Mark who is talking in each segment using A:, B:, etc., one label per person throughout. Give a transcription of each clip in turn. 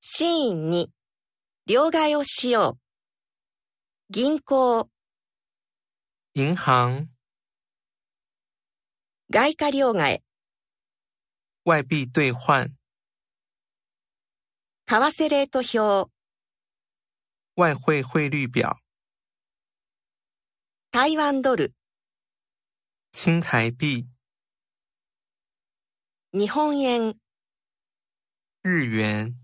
A: シーンに両替をしよう。銀行、
B: 银行、
A: 外貨両替、
B: 外币兑换、
A: 為替レート表、
B: 外汇汇率表、
A: 台湾ドル、
B: 新台币、
A: 日本円、
B: 日元、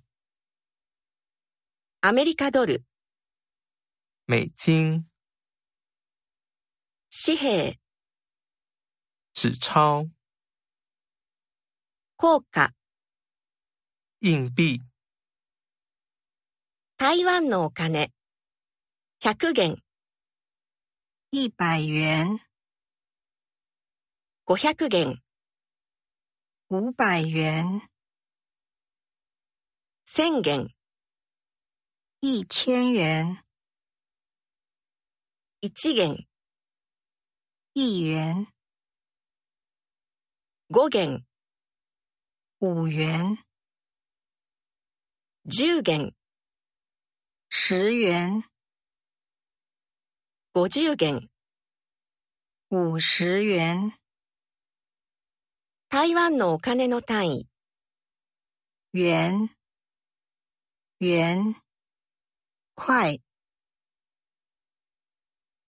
A: アメリカドル、
B: 美金、
A: 紙幣、
B: 纸钞、
A: 硬貨、
B: 硬币、
A: 台湾のお金、100元、
C: 一百元、
A: 500元、
C: 五百元、
A: 1000元、
C: 一千元、
A: 1元、
C: 一元、
A: 5元、
C: 五元、
A: 10元、
C: 十元、
A: 50元、
C: 五十元、
A: 台湾のお金の単位、
C: 元、元，块。